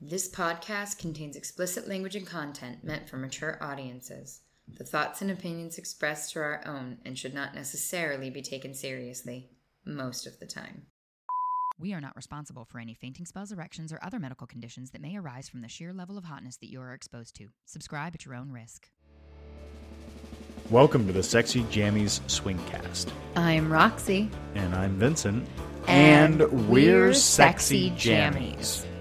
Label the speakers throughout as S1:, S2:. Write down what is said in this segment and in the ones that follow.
S1: This podcast contains explicit language and content meant for mature audiences. The thoughts and opinions expressed are our own and should not necessarily be taken seriously, most of the time.
S2: We are not responsible for any fainting spells, erections, or other medical conditions that may arise from the sheer level of hotness that you are exposed to. Subscribe at your own risk.
S3: Welcome to the Sexy Jammies Swingcast.
S1: I'm Roxy.
S3: And I'm Vincent.
S1: Come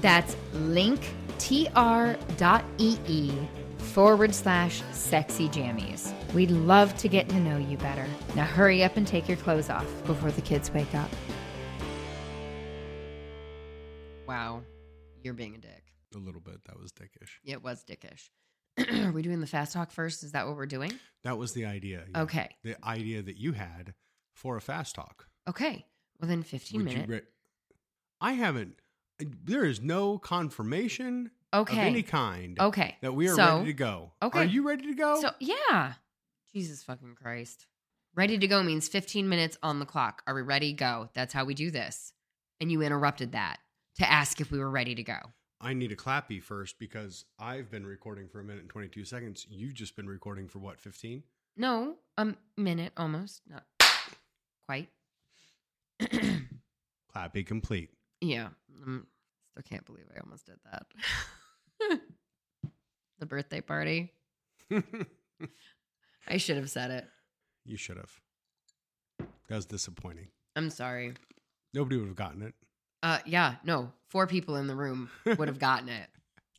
S1: That's linktr.ee E forward slash sexy jammies. We'd love to get to know you better. Now hurry up and take your clothes off before the kids wake up.
S4: Wow, you're being a dick.
S5: A little bit. That was dickish.
S4: It was dickish. Are we doing the fast talk first? Is that what we're doing?
S5: That was the idea. yeah.
S4: Okay.
S5: The idea that you had for a fast talk.
S4: Okay. Well, then 15
S5: Would you
S4: minutes.
S5: re- I haven't. There is no confirmation
S4: okay.
S5: of any kind
S4: okay.
S5: that we are
S4: so,
S5: ready to go.
S4: okay.
S5: Are you ready to go?
S4: So, yeah. Jesus fucking Christ. Ready to go means 15 minutes on the clock. Are we ready? Go. That's how we do this. And you interrupted that to ask if we were ready to go.
S5: I need a clappy first because I've been recording for a minute and 22 seconds. You've just been recording for what, 15?
S4: No, a minute almost. Not quite.
S5: Clappy complete.
S4: Yeah. Mm, still can't believe I almost did that. the birthday party.
S5: you
S4: I should have said it.
S5: should have. That was disappointing.
S4: I'm sorry.
S5: Nobody would have gotten it.
S4: Uh yeah, no. Four people in the room would have gotten it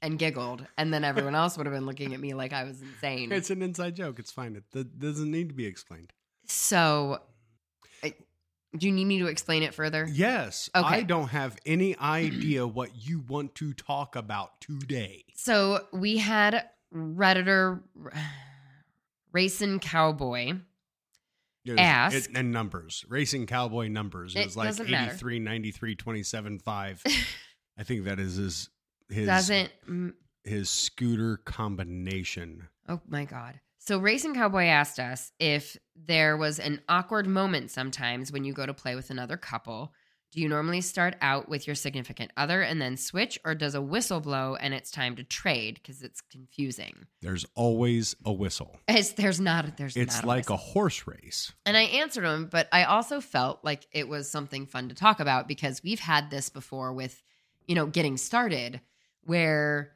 S4: and giggled and then everyone else would have been looking at me like I was insane.
S5: It's an inside joke. It's fine. It th- doesn't need to be explained.
S4: so I, do you need me to explain it further?
S5: Yes.
S4: Okay.
S5: I don't have any idea what you want to talk about today.
S4: So we had Redditor Racing Cowboy.
S5: It was-
S4: Ask.
S5: it- and numbers. Racing cowboy numbers. It,
S4: It
S5: was like
S4: doesn't matter.
S5: 83, 93, 27, 5. I think that is his his
S4: Doesn't mm,
S5: his scooter combination.
S4: Oh my God. So, Racing Cowboy asked us if there was an awkward moment sometimes when you go to play with another couple. Do you normally start out with your significant other and then switch, or does a whistle blow and it's time to trade because it's confusing?
S5: There's always a whistle.
S4: It's, there's not, there's
S5: It's
S4: not
S5: like
S4: whistle.
S5: a horse race.
S4: And I answered him, but I also felt like it was something fun to talk about because we've had this before with, you know, getting started where,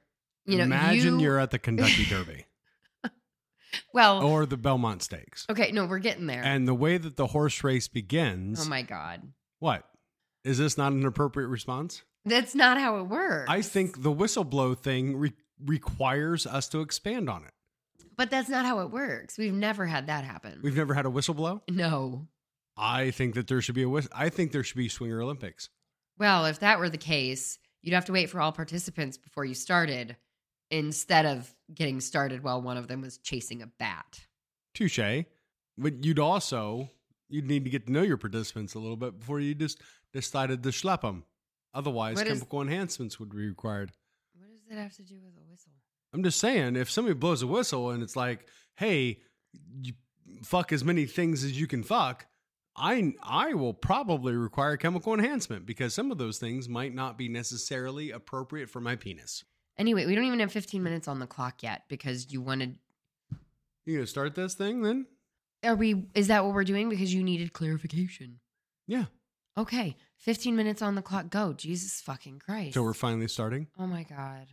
S4: you know,
S5: Imagine
S4: you,
S5: you... are at the Kentucky Derby
S4: well,
S5: or the Belmont Stakes.
S4: okay, no, we're getting there.
S5: And the way that the horse race begins,
S4: oh my God.
S5: what? Is this not an appropriate response?
S4: That's not how it works.
S5: I think the whistleblow thing re- requires us to expand on it.
S4: but that's not how it works. We've never had that happen.
S5: We've never had a whistleblow.
S4: no.
S5: I think that there should be a whis- I think there should be swinger Olympics.
S4: Well, if that were the case, you'd have to wait for all participants before you started instead of getting started while one of them was chasing a bat.
S5: Touche. But you'd also you'd need to get to know your participants a little bit before you just decided to schlep them. Otherwise,
S4: What is-
S5: chemical enhancements would be required.
S4: What does that have to do with a whistle?
S5: I'm just saying, if somebody blows a whistle and it's like, "Hey, you fuck as many things as you can fuck," I I will probably require chemical enhancement because some of those things might not be necessarily appropriate for my penis.
S4: Anyway, we don't even have 15 minutes on the clock yet because you wanted.
S5: You gonna start this thing then?
S4: Are we? Is that what we're doing? Because you needed clarification.
S5: Yeah.
S4: Okay, 15 minutes on the clock. Go, Jesus fucking Christ.
S5: So we're finally starting.
S4: Oh my God.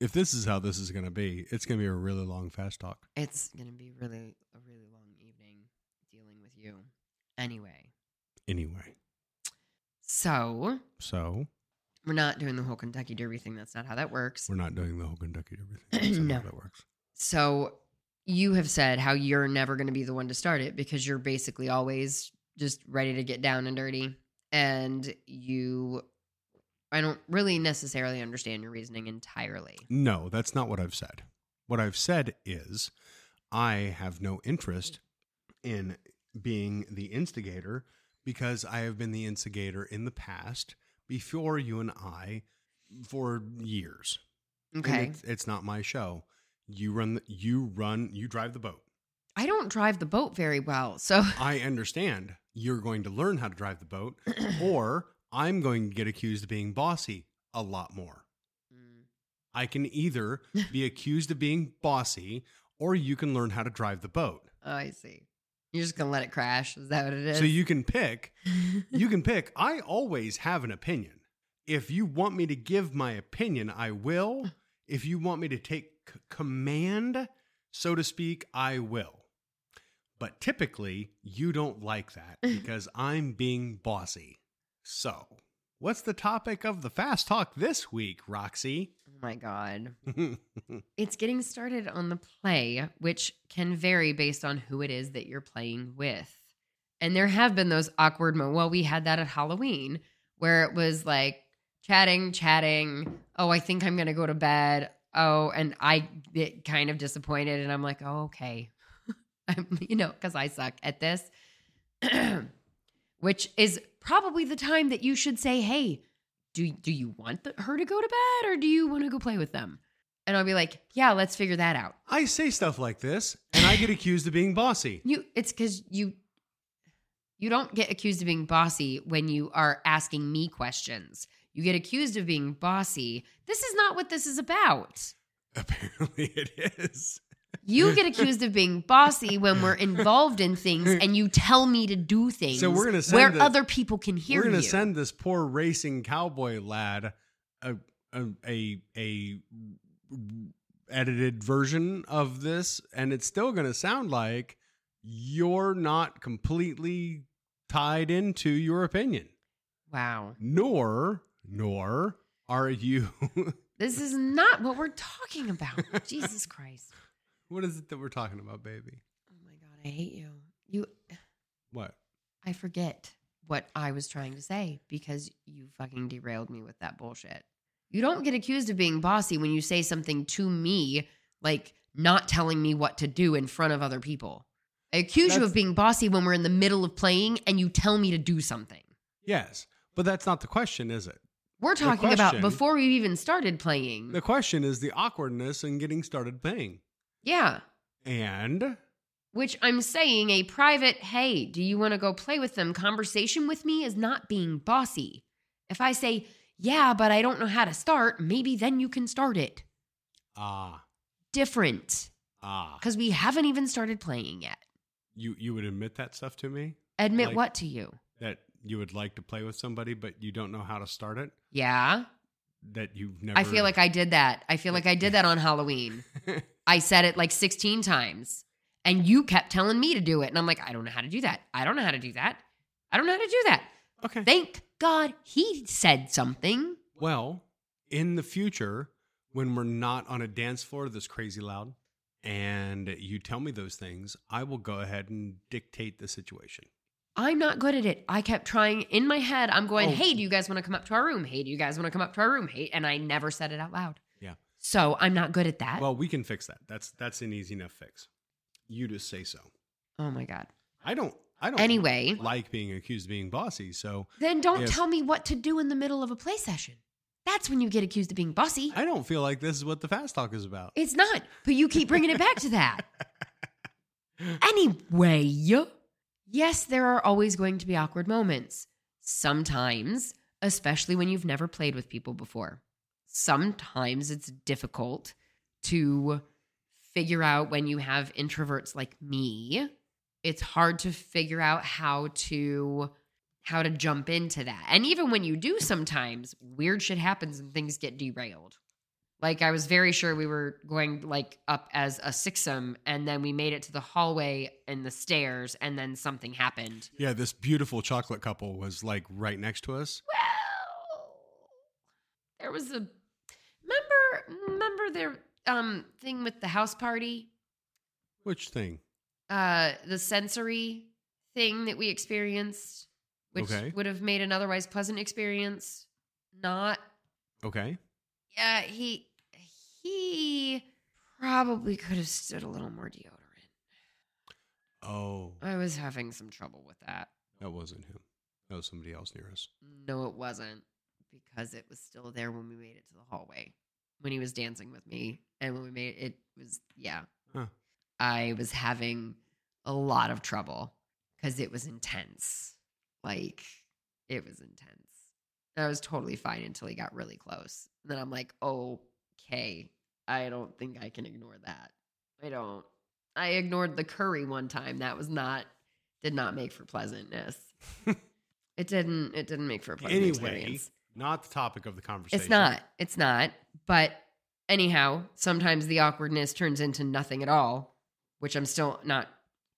S5: If this is how this is gonna be, it's gonna be a really long fast talk.
S4: It's gonna be really a really long evening dealing with you. Anyway,
S5: Anyway,
S4: so
S5: so
S4: we're not doing the whole Kentucky Derby thing. That's not how that works.
S5: we're not doing the whole Kentucky everything. That's not
S4: No.
S5: how that works.
S4: So you have said how you're never gonna be the one to start it because you're basically always just ready to get down and dirty, and you I don't really necessarily understand your reasoning entirely.
S5: No, that's not what I've said. What I've said is I have no interest in being the instigator because I have been the instigator in the past before you and I for years. And
S4: Okay.
S5: It's, it's not my show. You run the, you run you drive the boat.
S4: I don't drive the boat very well. So
S5: I understand you're going to learn how to drive the boat or I'm going to get accused of being bossy a lot more. I can either be accused of being bossy or you can learn how to drive the boat.
S4: Oh, I see. You're just gonna let it crash. Is that what it is?
S5: So you can pick, you can pick. I always have an opinion. If you want me to give my opinion, I will. If you want me to take c- command, so to speak, I will. But typically, you don't like that because I'm being bossy. So, what's the topic of the fast talk this week, Roxy?
S4: oh my god. It's getting started on the play, which can vary based on who it is that you're playing with. And there have been those awkward moments. Well, we had that at Halloween where it was like chatting, chatting. Oh, I think I'm going to go to bed. Oh, and I get kind of disappointed. And I'm like, oh, okay. I'm, you know, because I suck at this, which is probably the time that you should say, hey, do, do you want the, her to go to bed or do you want to go play with them? and I'll be like, "Yeah, let's figure that out."
S5: I say stuff like this and I get accused of being bossy.
S4: You, it's because you, you don't get accused of being bossy when you are asking me questions. You get accused of being bossy. This is not what this is about.
S5: Apparently, it is.
S4: You get accused of being bossy when we're involved in things, and you tell me to do things.
S5: So we're gonna send
S4: where
S5: the-
S4: other people can hear
S5: We're gonna
S4: you.
S5: send this poor racing cowboy lad a a, a a edited version of this, and it's still gonna sound like you're not completely tied into your opinion,
S4: wow,
S5: nor nor are you.
S4: this is not what we're talking about. Jesus Christ!
S5: what is it that we're talking about, baby?
S4: Oh my God, I hate you. You
S5: What?
S4: I forget what I was trying to say because you fucking derailed me with that bullshit. You don't get accused of being bossy when you say something to me, like not telling me what to do in front of other people. I accuse you
S5: That's-
S4: of being bossy when we're in the middle of playing and you tell me to do something.
S5: Yes, but that's not the question, is it?
S4: We're talking about
S5: question-
S4: before we've even started playing.
S5: The question is the awkwardness in getting started playing,
S4: yeah.
S5: and
S4: Which I'm saying a private, hey, do you want to go play with them conversation with me is not being bossy. If I say, yeah, but I don't know how to start, maybe then you can start it.
S5: ah
S4: Different.
S5: ah,
S4: Because we haven't even started playing yet.
S5: you you would admit that stuff to me.
S4: Admit
S5: Like-
S4: what to you?
S5: that you would like to play with somebody but you don't know how to start it
S4: Yeah.
S5: that you've never
S4: I feel like I did that. I feel like I did that on Halloween. I said it like 16 times and you kept telling me to do it. And I'm like, I don't know how to do that. I don't know how to do that. I don't know how to do that.
S5: okay
S4: Thank God he said something.
S5: well in the future when we're not on a dance floor this crazy loud and you tell me those things i will go ahead and dictate the situation
S4: I'm not good at it. I kept trying in my head. I'm going,
S5: Oh.
S4: hey, do you guys want to come up to our room? Hey, do you guys want to come up to our room? Hey, and I never said it out loud.
S5: Yeah.
S4: So I'm not good at that.
S5: well we can fix that that's that's an easy enough fix you just say so
S4: oh my God.
S5: i don't i don't
S4: Anyway.
S5: like being accused of being bossy so
S4: Then don't
S5: Yes.
S4: tell me what to do in the middle of a play session. That's when you get accused of being bossy.
S5: i don't feel like this is what the fast talk is about
S4: it's not, but you keep bringing it back to that. Anyway, yes, there are always going to be awkward moments. Sometimes, especially when you've never played with people before. Sometimes it's difficult to figure out when you have introverts like me. It's hard to figure out how to how to jump into that. And even when you do sometimes, weird shit happens and things get derailed. Like I was very sure we were going like up as a sixum, and then we made it to the hallway and the stairs, and then something happened.
S5: yeah this beautiful chocolate couple was like right next to us
S4: Well, there was a remember remember their um thing with the house party,
S5: which thing
S4: uh the sensory thing that we experienced, which
S5: Okay.
S4: would have made an otherwise pleasant experience not
S5: Okay.
S4: Yeah, he he probably could have stood a little more deodorant.
S5: Oh,
S4: I was having some trouble with that.
S5: that wasn't him. That was somebody else near us.
S4: No, it wasn't because it was still there when we made it to the hallway when he was dancing with me, and when we made it, was yeah.
S5: Huh.
S4: I was having a lot of trouble because it was intense. Like it was intense. I was totally fine until he got really close. And then I'm like, okay, I don't think I can ignore that. I don't. I ignored the curry one time. That was not did not make for pleasantness. it didn't. It didn't make for a pleasant
S5: Anyway,
S4: experience.
S5: not the topic of the conversation.
S4: It's not. It's not. But anyhow, sometimes the awkwardness turns into nothing at all, which I'm still not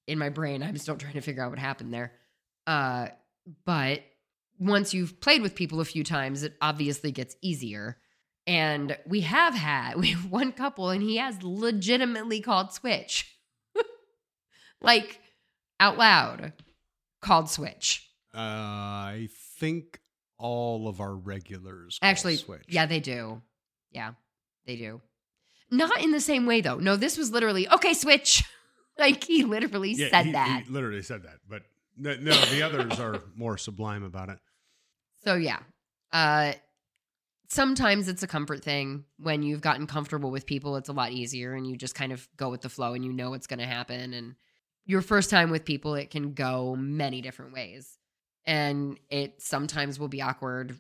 S4: in my brain. I'm still trying to figure out what happened there. Uh, but once you've played with people a few times, it obviously gets easier. And we have had we have one couple, and he has legitimately called switch, like out loud, called switch.
S5: Uh, I think all of our regulars call
S4: Actually,
S5: switch.
S4: yeah, they do. Yeah, they do. Not in the same way though. No, this was literally okay. Switch. Like he literally
S5: Yeah,
S4: said
S5: he- he
S4: that.
S5: literally said that, but no, no, the others are more sublime about it.
S4: so yeah. Uh, sometimes it's a comfort thing. When you've gotten comfortable with people, it's a lot easier, and you just kind of go with the flow, and you know what's going to happen. And your first time with people, it can go many different ways, and it sometimes will be awkward.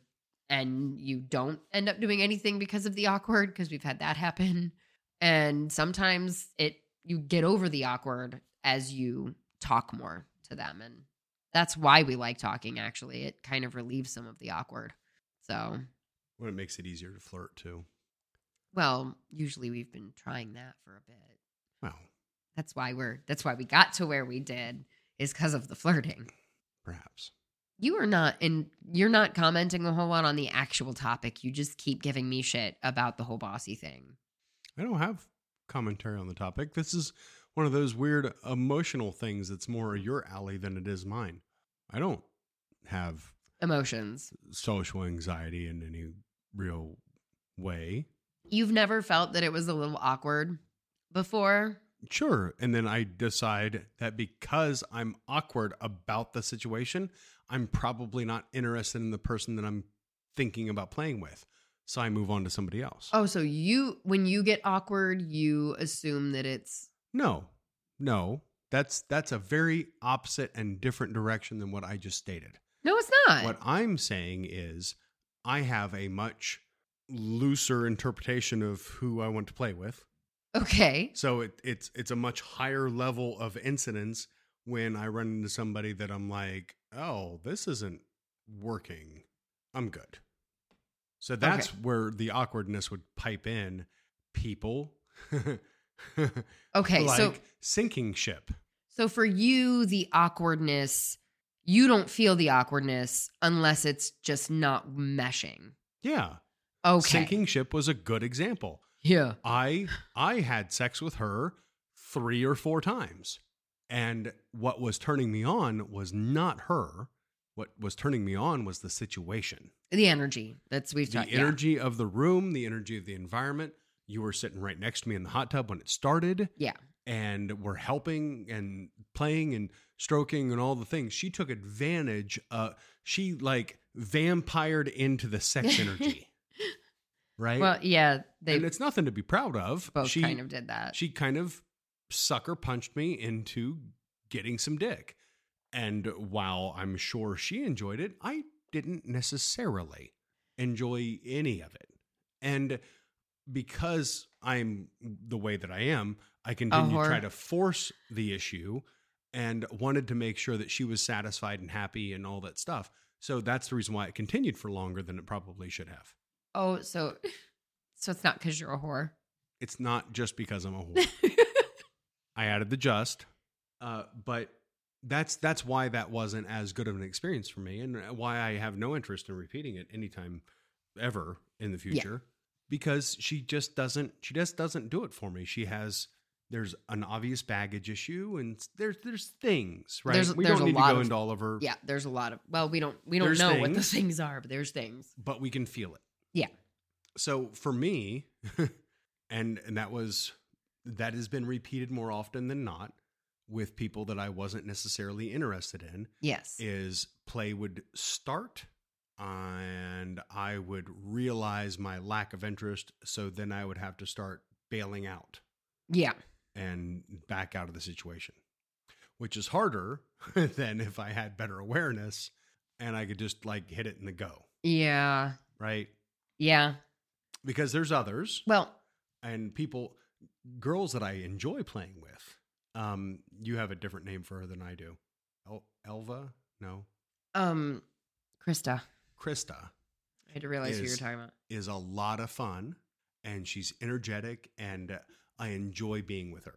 S4: And you don't end up doing anything because of the awkward, because we've had that happen. and sometimes it you get over the awkward as you talk more to them and that's why we like talking actually it kind of relieves some of the awkward so
S5: When it makes it easier to flirt too.
S4: well usually we've been trying that for a bit
S5: Well,
S4: that's why we're that's why we got to where we did is because of the flirting
S5: perhaps.
S4: you are not and you're not commenting a whole lot on the actual topic you just keep giving me shit about the whole bossy thing
S5: I don't have commentary on the topic. This is one of those weird emotional things that's more your alley than it is mine. I don't have
S4: emotions
S5: social anxiety in any real way.
S4: you've never felt that it was a little awkward before
S5: Sure. And then I decide that because I'm awkward about the situation, I'm probably not interested in the person that I'm thinking about playing with. So I move on to somebody else.
S4: Oh, so you when you get awkward, you assume that it's
S5: No. No. That's that's a very opposite and different direction than what I just stated.
S4: no, it's not.
S5: What I'm saying is, I have a much looser interpretation of who I want to play with.
S4: Okay,
S5: So it, it's it's a much higher level of incidence when I run into somebody that I'm like, oh, this isn't working. I'm good. So that's where the awkwardness would pipe in. People
S4: okay.
S5: like
S4: so
S5: sinking ship.
S4: so for you, the awkwardness, you don't feel the awkwardness unless it's just not meshing.
S5: Yeah.
S4: Okay.
S5: Sinking ship was a good example.
S4: Yeah.
S5: I I had sex with her three or four times. And what was turning me on was not her. What was turning me on was the situation.
S4: The energy that's we've
S5: The
S4: talked. Yeah.
S5: energy of the room, the energy of the environment. You were sitting right next to me in the hot tub when it started
S4: yeah.
S5: and were helping and playing and stroking and all the things. She took advantage uh she like vampired into the sex energy. right?
S4: Well, yeah. They
S5: and it's nothing to be proud of.
S4: both
S5: she,
S4: kind of did that.
S5: she kind of sucker punched me into getting some dick. And while I'm sure she enjoyed it, I didn't necessarily enjoy any of it. And because I'm the way that I am, I continue to
S4: whore.
S5: try to force the issue and wanted to make sure that she was satisfied and happy and all that stuff. So that's the reason why it continued for longer than it probably should have.
S4: oh, so so it's not because you're a whore.
S5: It's not just because I'm a whore. I added the just, uh, but that's that's why that wasn't as good of an experience for me, and why I have no interest in repeating it anytime ever in the future, because she just doesn't she just doesn't do it for me. She has there's an obvious baggage issue, and there's there's things right.
S4: There's-
S5: we
S4: there's
S5: don't
S4: a
S5: need to
S4: lot
S5: go
S4: of-
S5: into all of her,
S4: yeah. There's a lot of well, we don't we don't
S5: There's
S4: know what the
S5: things.
S4: things are, but there's things.
S5: but we can feel it.
S4: Yeah.
S5: So for me, and and that was that has been repeated more often than not with people that I wasn't necessarily interested in
S4: Yes.
S5: is play would start and I would realize my lack of interest so then I would have to start bailing out
S4: yeah.
S5: and back out of the situation, which is harder than if I had better awareness and I could just like hit it in the go,
S4: Yeah.
S5: right?
S4: Yeah.
S5: Because there's others
S4: Well,
S5: and people, girls that I enjoy playing with. Um, you have a different name for her than I do. El- Elva? No.
S4: um, Krista,
S5: Krista
S4: I had to realize who you were
S5: Is-
S4: talking about.
S5: is a lot of fun and she's energetic and uh, I enjoy being with her.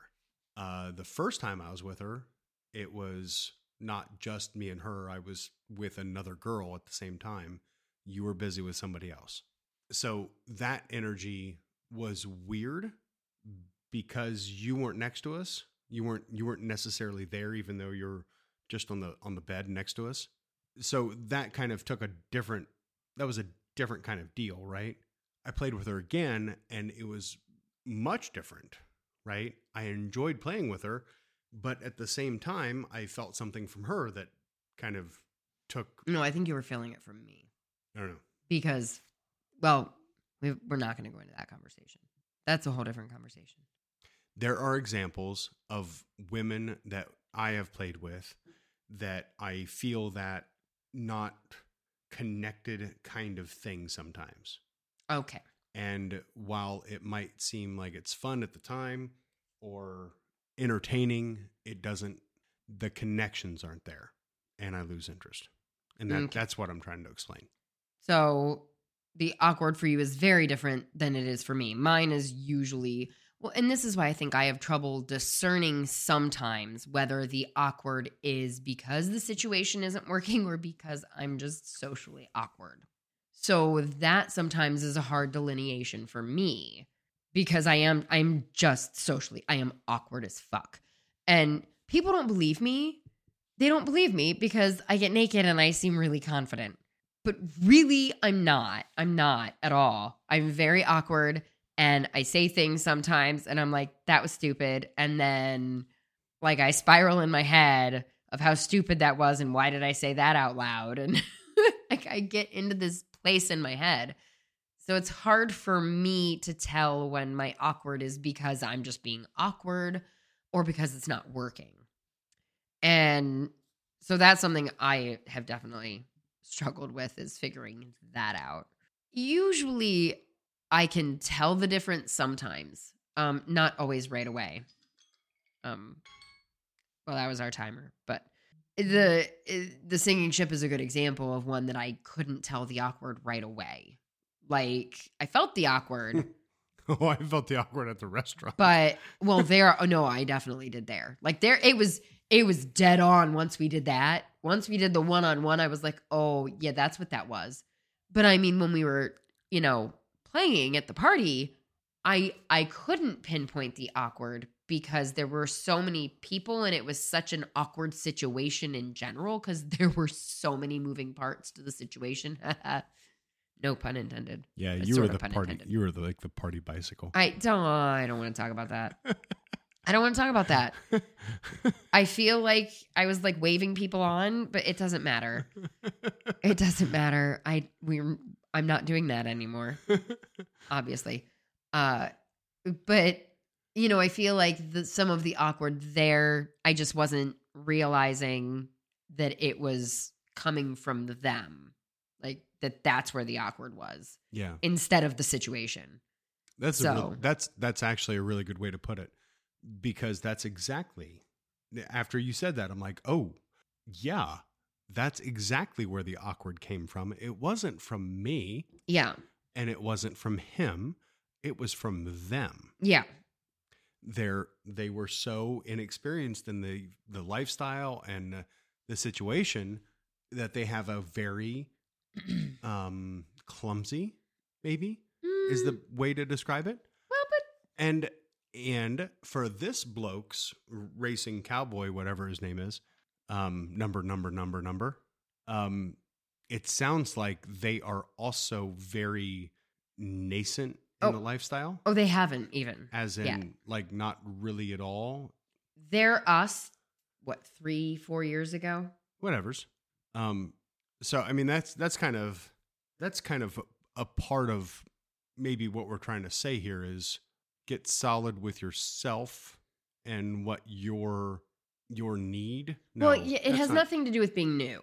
S5: Uh, the first time I was with her, it was not just me and her. I was with another girl at the same time. You were busy with somebody else. So that energy was weird because you weren't next to us. You weren't you weren't necessarily there even though you're just on the on the bed next to us. So that kind of took a different that was a different kind of deal, right? I played with her again and it was much different, right? I enjoyed playing with her, but at the same time, I felt something from her that kind of took,
S4: No, I think you were feeling it from me
S5: I don't know.
S4: because, well, we we're not going to go into that conversation. That's a whole different conversation.
S5: There are examples of women that I have played with that I feel that not connected kind of thing sometimes.
S4: Okay.
S5: And while it might seem like it's fun at the time or entertaining, it doesn't, the connections aren't there and I lose interest. And that,
S4: Mm, Okay.
S5: that's what I'm trying to explain.
S4: So the awkward for you is very different than it is for me. Mine is usually well, and this is why I think I have trouble discerning sometimes whether the awkward is because the situation isn't working or because I'm just socially awkward. So that sometimes is a hard delineation for me because I am I'm just socially I am awkward as fuck. And people don't believe me. They don't believe me because I get naked and I seem really confident but really I'm not. I'm not at all. I'm very awkward and I say things sometimes and I'm like that was stupid and then like I spiral in my head of how stupid that was and why did I say that out loud and like I get into this place in my head. So it's hard for me to tell when my awkward is because I'm just being awkward or because it's not working. And so that's something I have definitely struggled with is figuring that out. Usually, I can tell the difference sometimes, um, not always right away. Um, well, that was our timer, but the eh, the singing ship is a good example of one that I couldn't tell the awkward right away. Like I felt the awkward,
S5: Oh, I felt the awkward at the restaurant.
S4: but well, there. Oh no, I definitely did there. Like there, it was it was dead on. Once we did that, once we did the one on one, I was like, oh yeah, that's what that was. But I mean, when we were you know playing at the party, I I couldn't pinpoint the awkward because there were so many people and it was such an awkward situation in general because there were so many moving parts to the situation. no pun intended.
S5: yeah,
S4: That's
S5: you
S4: sort
S5: were
S4: of
S5: the
S4: pun
S5: party.
S4: intended.
S5: You were the, like the party bicycle.
S4: I don't. I don't want to talk about that. I don't want to talk about that. I feel like I was like waving people on, but it doesn't matter. It doesn't matter. I we are I'm not doing that anymore. Obviously. Uh but you know, I feel like the, some of the awkward there I just wasn't realizing that it was coming from them. Like that that's where the awkward was
S5: yeah.
S4: instead of the situation.
S5: That's a real,
S4: So-
S5: that's that's actually a really good way to put it because that's exactly after you said that I'm like, "Oh, yeah. That's exactly where the awkward came from. It wasn't from me
S4: Yeah.
S5: and it wasn't from him. It was from them.
S4: Yeah.
S5: They're they were so inexperienced in the the lifestyle and the, the situation that they have a very um clumsy maybe is the way to describe it.
S4: Mm, Well, but
S5: And and for this bloke's racing cowboy, whatever his name is, um, number number number number, um, it sounds like they are also very nascent
S4: Oh.
S5: in the lifestyle,
S4: Oh, they haven't even.
S5: as in
S4: yeah.
S5: like not really at all.
S4: They're us, what, three, four years ago?
S5: Whatever's. Um, so I mean that's that's kind of that's kind of a part of maybe what we're trying to say here is get solid with yourself and what your your need. No,
S4: well, yeah, it
S5: that's
S4: has
S5: not-
S4: nothing to do with being new,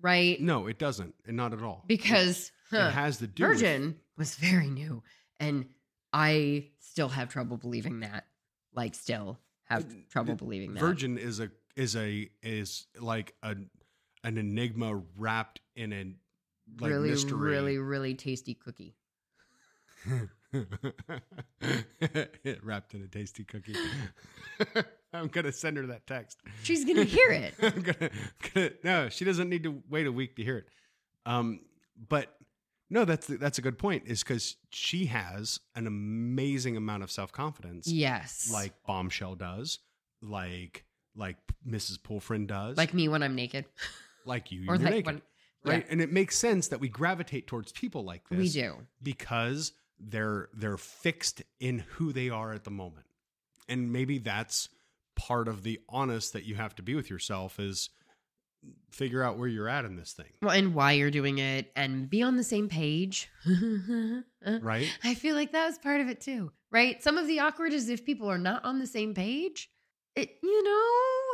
S4: right?
S5: No, it doesn't, and not at all.
S4: Because
S5: it,
S4: huh,
S5: it has to do with-
S4: Virgin was very new, and I still have trouble believing that. Like, still have
S5: Uh,
S4: trouble
S5: uh,
S4: believing that.
S5: Virgin is a is a is like a an enigma wrapped in a like
S4: really,
S5: mystery.
S4: really, really tasty cookie.
S5: wrapped in a tasty cookie. I'm gonna send her that text.
S4: She's gonna hear it.
S5: I'm gonna, gonna no, she doesn't need to wait a week to hear it. Um, but no, that's that's a good point. Is because she has an amazing amount of self confidence,
S4: Yes,
S5: like Bombshell does, like like Mrs. Pulfrind does,
S4: like me when I'm naked,
S5: like you,
S4: or
S5: you're
S4: like
S5: naked,
S4: when
S5: right? And it makes sense that we gravitate towards people like this
S4: we do.
S5: because they're they're fixed in who they are at the moment and maybe that's part of the honest that you have to be with yourself is figure out where you're at in this thing
S4: Well, and why you're doing it, and be on the same page.
S5: right
S4: I feel like that was part of it too, right? Some of the awkward is if people are not on the same page. It, you know,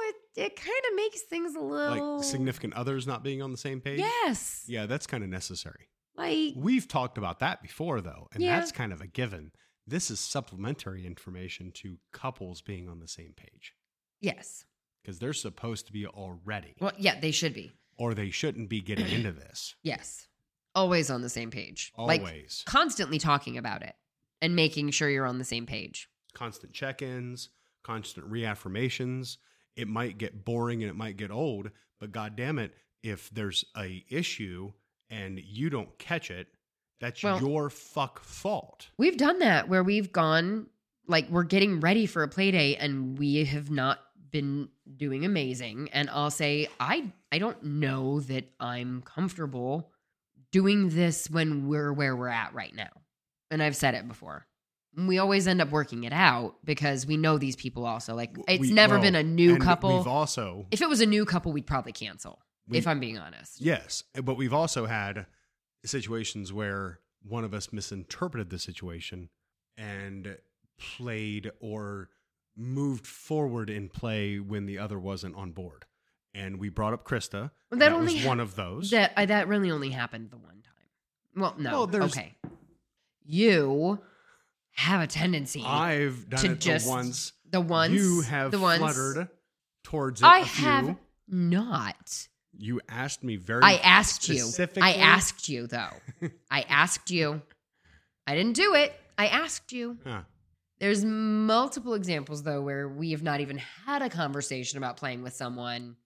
S4: it, it kind of makes things a little
S5: like significant others not being on the same page
S4: Yes,
S5: yeah that's kind of necessary
S4: like
S5: we've talked about that before though and
S4: Yeah.
S5: that's kind of a given this is supplementary information to couples being on the same page
S4: yes.
S5: because they're supposed to be already
S4: Well, yeah, they should be.
S5: or they shouldn't be getting into this
S4: Yes, always on the same page.
S5: always
S4: Like constantly talking about it and making sure you're on the same page.
S5: constant check-ins, constant reaffirmations. It might get boring and it might get old, but god damn it, if there's a issue and you don't catch it, that's
S4: Well-
S5: your fuck fault.
S4: We've done that where we've gone like we're getting ready for a play date and we have not been doing amazing and I'll say I I don't know that I'm comfortable doing this when we're where we're at right now. And I've said it before. And We always end up working it out because we know these people also. Like it's
S5: We-
S4: never
S5: well,
S4: been a new
S5: and
S4: couple.
S5: We've also
S4: if it was a new couple, we'd probably cancel.
S5: We-
S4: if I'm being honest.
S5: yes, but we've also had situations where one of us misinterpreted the situation and played or moved forward in play when the other wasn't on board. And we brought up Krista.
S4: Well, that
S5: and was
S4: only ha-
S5: one of those.
S4: That I, that really only happened the one time. Well, no.
S5: Well, there's-
S4: okay. You have a tendency.
S5: I've done
S4: to
S5: it
S4: just
S5: the once.
S4: the once
S5: you have
S4: the once.
S5: fluttered towards it.
S4: I
S5: a few.
S4: have not.
S5: You asked me very.
S4: I asked you. I
S5: specifically-
S4: asked you though. I asked you. I didn't do it. I asked you.
S5: Huh.
S4: There's multiple examples though where we have not even had a conversation about playing with someone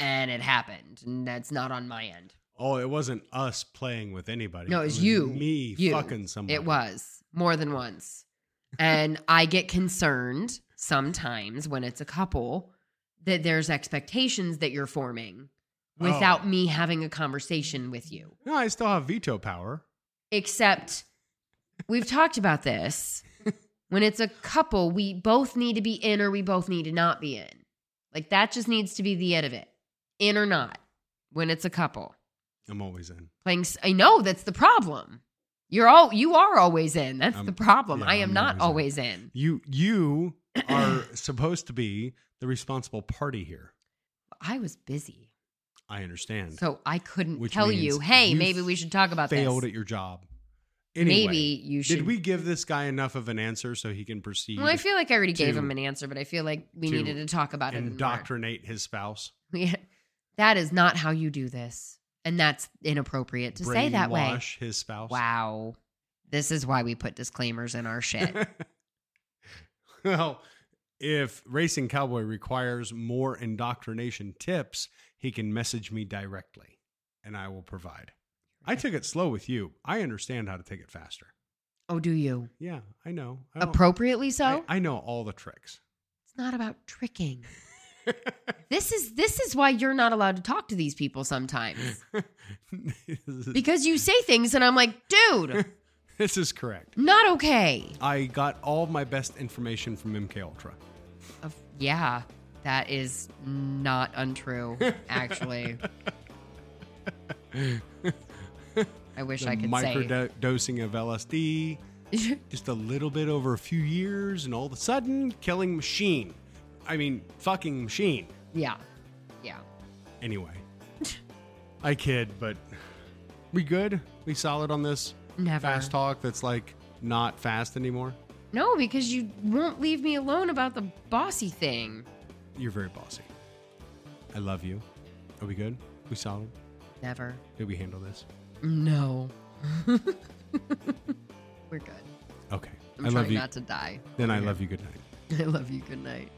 S4: and it happened and that's not on my end.
S5: Oh, it wasn't us playing with anybody.
S4: No, it was you.
S5: Me
S4: You.
S5: fucking somebody.
S4: It was more than once. And I get concerned sometimes when it's a couple that there's expectations that you're forming without
S5: Oh.
S4: me having a conversation with you.
S5: No, I still have veto power.
S4: Except we've talked about this. When it's a couple, we both need to be in or we both need to not be in. Like that just needs to be the end of it. In or not. When it's a couple
S5: I'm always in.
S4: playing s- I know that's the problem. You're all you are always in. That's
S5: I'm-
S4: the problem.
S5: yeah,
S4: I am
S5: I'm
S4: not
S5: always
S4: always in.
S5: You you are supposed to be the responsible party here.
S4: I was busy.
S5: I understand.
S4: So I couldn't
S5: Which
S4: tell
S5: means
S4: you, "Hey,
S5: you
S4: maybe we should talk about
S5: failed
S4: this."
S5: at your job. Anyway,
S4: Maybe you should
S5: did we give this guy enough of an answer so he can proceed
S4: Well, I feel like I already gave
S5: to-
S4: him an answer, but I feel like we
S5: to
S4: needed to talk about it more.
S5: indoctrinate his spouse?
S4: Yeah. That is not how you do this. And that's inappropriate to say that way.
S5: brainwash his spouse.
S4: Wow. This is why we put disclaimers in our shit.
S5: well, if Racing Cowboy requires more indoctrination tips, he can message me directly and I will provide. I took it slow with you. I understand how to take it faster.
S4: oh, do you?
S5: Yeah, I know. I don't-
S4: Appropriately so?
S5: Oh. I, I know all the tricks.
S4: It's not about tricking. this is this is why you're not allowed to talk to these people sometimes because you say things and I'm like, dude,
S5: This is correct.
S4: Not okay.
S5: I got all my best information from MK Ultra.
S4: Of, yeah, that is not untrue, actually. I wish I could
S5: Microdosing of LSD,
S4: say.
S5: just a little bit over a few years, and all of a sudden, killing machine. I mean, fucking machine.
S4: yeah. Yeah.
S5: Anyway, I kid, but we good? We solid on this
S4: Never.
S5: fast talk that's like not fast anymore?
S4: No, because you won't leave me alone about the bossy thing.
S5: You're very bossy. I love you. Are we good? We solid?
S4: Never.
S5: Did we handle this?
S4: No. We're good.
S5: Okay.
S4: I'm
S5: I
S4: trying
S5: love you.
S4: not to die.
S5: Then I love you. Good night.
S4: I love you. Good night.